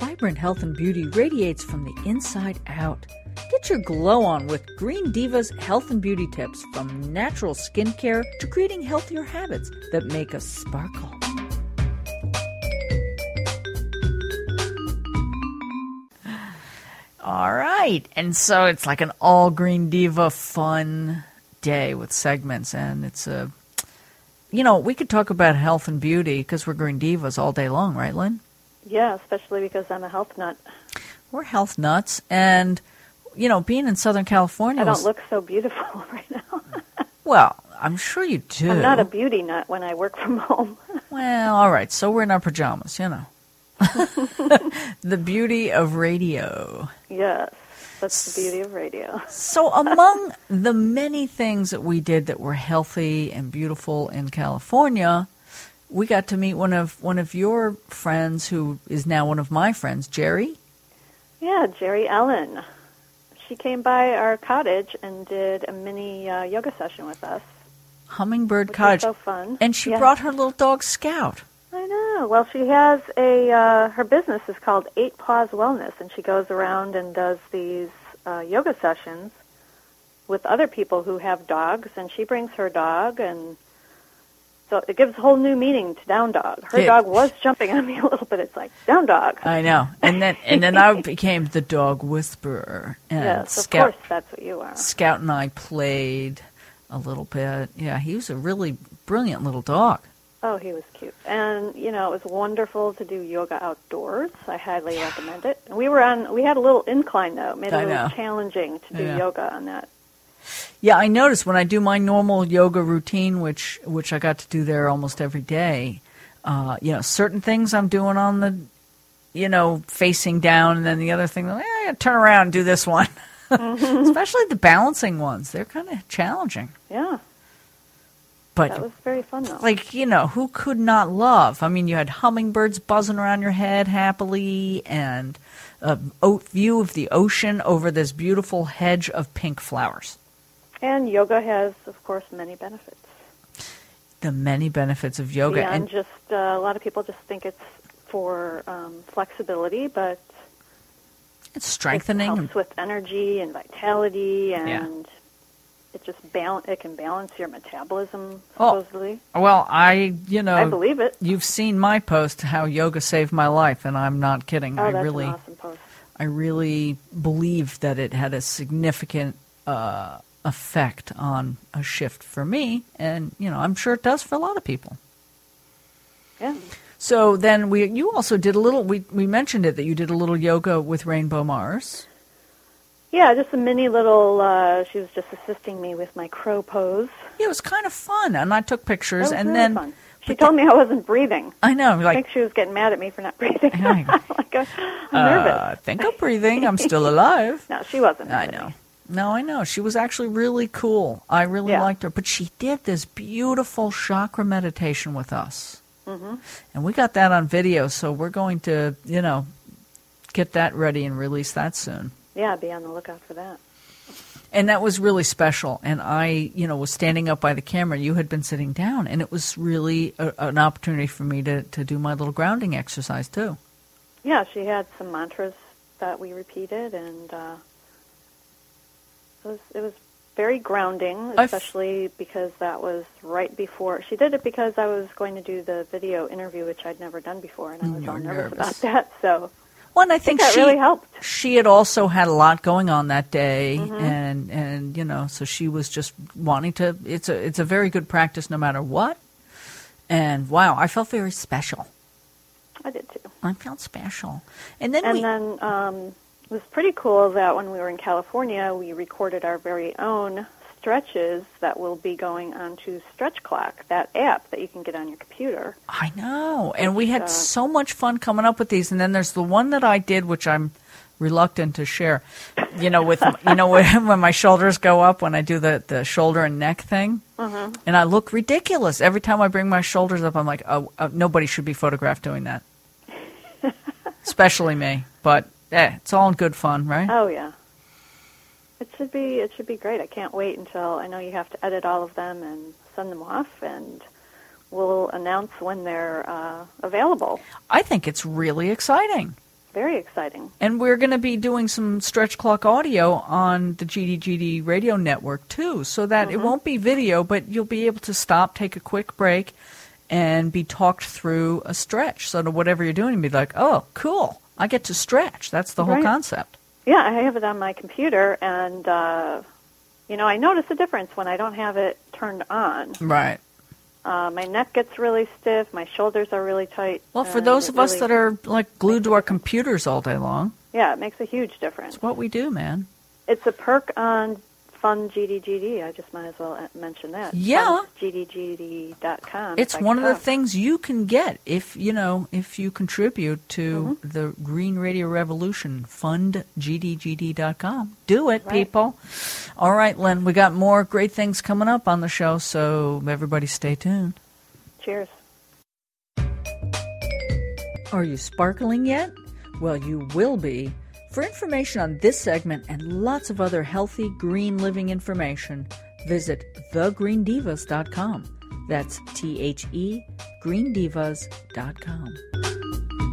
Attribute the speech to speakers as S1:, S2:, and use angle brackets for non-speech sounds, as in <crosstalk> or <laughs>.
S1: vibrant health and beauty radiates from the inside out. Get your glow on with Green Diva's health and beauty tips from natural skincare to creating healthier habits that make us sparkle. All right. And so it's like an all green diva fun day with segments. And it's a, you know, we could talk about health and beauty because we're green divas all day long, right, Lynn?
S2: Yeah, especially because I'm a health nut.
S1: We're health nuts. And, you know, being in Southern California,
S2: I
S1: was-
S2: don't look so beautiful <laughs> right now.
S1: well, I'm sure you do.
S2: I'm not a beauty nut when I work from <laughs> home.
S1: Well, all right. So we're in our pajamas,
S2: <laughs>
S1: you know. the beauty of radio.
S2: yes, that's the beauty of radio.
S1: So, among the many things that we did that were healthy and beautiful in California, we got to meet one of one of your friends who is now one of my friends, Jerry.
S2: Yeah, Jerry Ellen. She came by our cottage and did a mini uh, yoga session with us.
S1: Hummingbird
S2: Which
S1: Cottage,
S2: was so fun.
S1: and she
S2: Yeah.
S1: brought her little dog Scout.
S2: I know. Well, she has a uh, her business is called Eight Paws Wellness, and she goes around and does these uh, yoga sessions with other people who have dogs, and she brings her dog, and so it gives a whole new meaning to down dog. Her
S1: Yeah. Uh,
S2: dog was jumping on me <laughs> a little bit. It's like down dog.
S1: I know, and then and then I became the dog whisperer, and
S2: yes, of
S1: Scout
S2: course, that's what you are.
S1: Scout and I played a little bit. Yeah, he was a really brilliant little dog.
S2: Oh, he was cute. And, you know, it was wonderful to do yoga outdoors. I highly recommend it. And we were on, we had a little incline though. It made it
S1: I
S2: a little
S1: know.
S2: challenging to do
S1: Yeah.
S2: yoga on that.
S1: Yeah, I noticed when I do my normal yoga routine, which which I got to do there almost every day. Uh, you know, certain things I'm doing on the, you know, facing down, and then the other thing, eh, turn around and do this one. <laughs>
S2: Mm-hmm.
S1: Especially the balancing ones, they're kind of challenging.
S2: Yeah, that
S1: But
S2: was very fun though.
S1: like you know, who could not love? I mean, you had hummingbirds buzzing around your head happily, and a o- view of the ocean over this beautiful hedge of pink flowers.
S2: And yoga has, of course, many benefits.
S1: The many benefits of yoga,
S2: Beyond
S1: and
S2: just, uh, a lot of people just think it's for um, flexibility, but
S1: It's
S2: it
S1: strengthening.
S2: helps with energy and vitality and.
S1: Yeah.
S2: It just balance. It can balance your metabolism.
S1: Oh,
S2: Supposedly,
S1: Well, I, you know,
S2: I believe it.
S1: you've seen my post how yoga saved my life, and I'm not kidding.
S2: Oh,
S1: I
S2: that's
S1: really,
S2: an awesome post.
S1: I really believe that it had a significant uh, effect on a shift for me, and you know, I'm sure it does for a lot of people.
S2: Yeah.
S1: So then we, you also did a little. We we mentioned it that you did a little yoga with Rainbow Mars.
S2: Yeah, just a mini little. Uh, she was just assisting me with my crow pose.
S1: Yeah, it was kind of fun, and I took
S2: That
S1: pictures,
S2: was
S1: and
S2: really
S1: then
S2: fun. she
S1: but
S2: told me I wasn't breathing.
S1: I know,
S2: I
S1: like
S2: think she was getting mad at me for not <laughs> breathing.
S1: Hang on.
S2: like I, am
S1: uh, I
S2: nervous.
S1: think I'm breathing. I'm still
S2: <laughs>
S1: alive.
S2: No, she wasn't.
S1: I
S2: mad at
S1: know.
S2: me.
S1: No, I know. She was actually really cool. I really
S2: Yeah.
S1: liked her. But she did this beautiful chakra meditation with us.
S2: Mm-hmm.
S1: And we got that on video, so we're going to, you know, get that ready and release that soon.
S2: Yeah, be on the lookout for that.
S1: And that was really special. And I, you know, was standing up by the camera. You had been sitting down. And it was really a, an opportunity for me to, to do my little grounding exercise, too.
S2: Yeah, she had some mantras that we repeated, and uh, it was it was very grounding,
S1: I've-
S2: especially because that was right before she did it. Because I was going to do the video interview, which I'd never done before, and I was
S1: you
S2: all
S1: were
S2: nervous, about
S1: nervous.
S2: that. So
S1: Well, and I think,
S2: think that
S1: she
S2: really helped.
S1: She had also had a lot going on that day,
S2: Mm-hmm.
S1: and and you know, so she was just wanting to. It's a it's a very good practice, no matter what. And wow, I felt very special.
S2: I did too.
S1: I felt special, and then we
S2: And then um, it was pretty cool that when we were in California, we recorded our very own stretches that will be going onto Stretch Clock, that app that you can get on your computer.
S1: I know, and we had so much fun coming up with these. And then there's the one that I did, which I'm reluctant to share. You know, with you know <laughs> when, when my shoulders go up when I do the the shoulder and neck thing, and I look ridiculous every time I bring my shoulders up. I'm like, oh, oh nobody should be photographed doing that, especially me. But eh, it's all in good fun, right?
S2: Oh yeah, it should be it should be great. I can't wait until I know you have to edit all of them and send them off, and we'll announce when they're uh, available.
S1: I think it's really exciting.
S2: very exciting.
S1: And we're going to be doing some stretch clock audio on the GDGD radio network too, so that it won't be video, but you'll be able to stop, take a quick break, and be talked through a stretch. So that whatever you're doing, be like, oh, cool, I get to stretch. That's the whole
S2: Right.
S1: concept.
S2: Yeah, I have it on my computer, and uh, you know, I notice a difference when I don't have it turned on.
S1: Right.
S2: Uh, my neck gets really stiff, my shoulders are really tight.
S1: Well, for
S2: and
S1: those
S2: it
S1: of us
S2: really-
S1: that are like glued to our computers all day long,
S2: yeah, it makes a huge difference.
S1: it's what we do, man.
S2: It's a perk on Fun GDGD. I just might as well uh, mention that.
S1: Yeah.
S2: FunGDGD.com.
S1: It's one of the things you can get if you know if you contribute to the Green Radio Revolution Fund GDGD.com. Do it,
S2: Right.
S1: people. All right, Lynn, we got more great things coming up on the show, so everybody stay tuned.
S2: Cheers.
S1: Are you sparkling yet? Well, you will be. For information on this segment and lots of other healthy green living information, visit thegreendivas.com. That's T H E greendivas.com.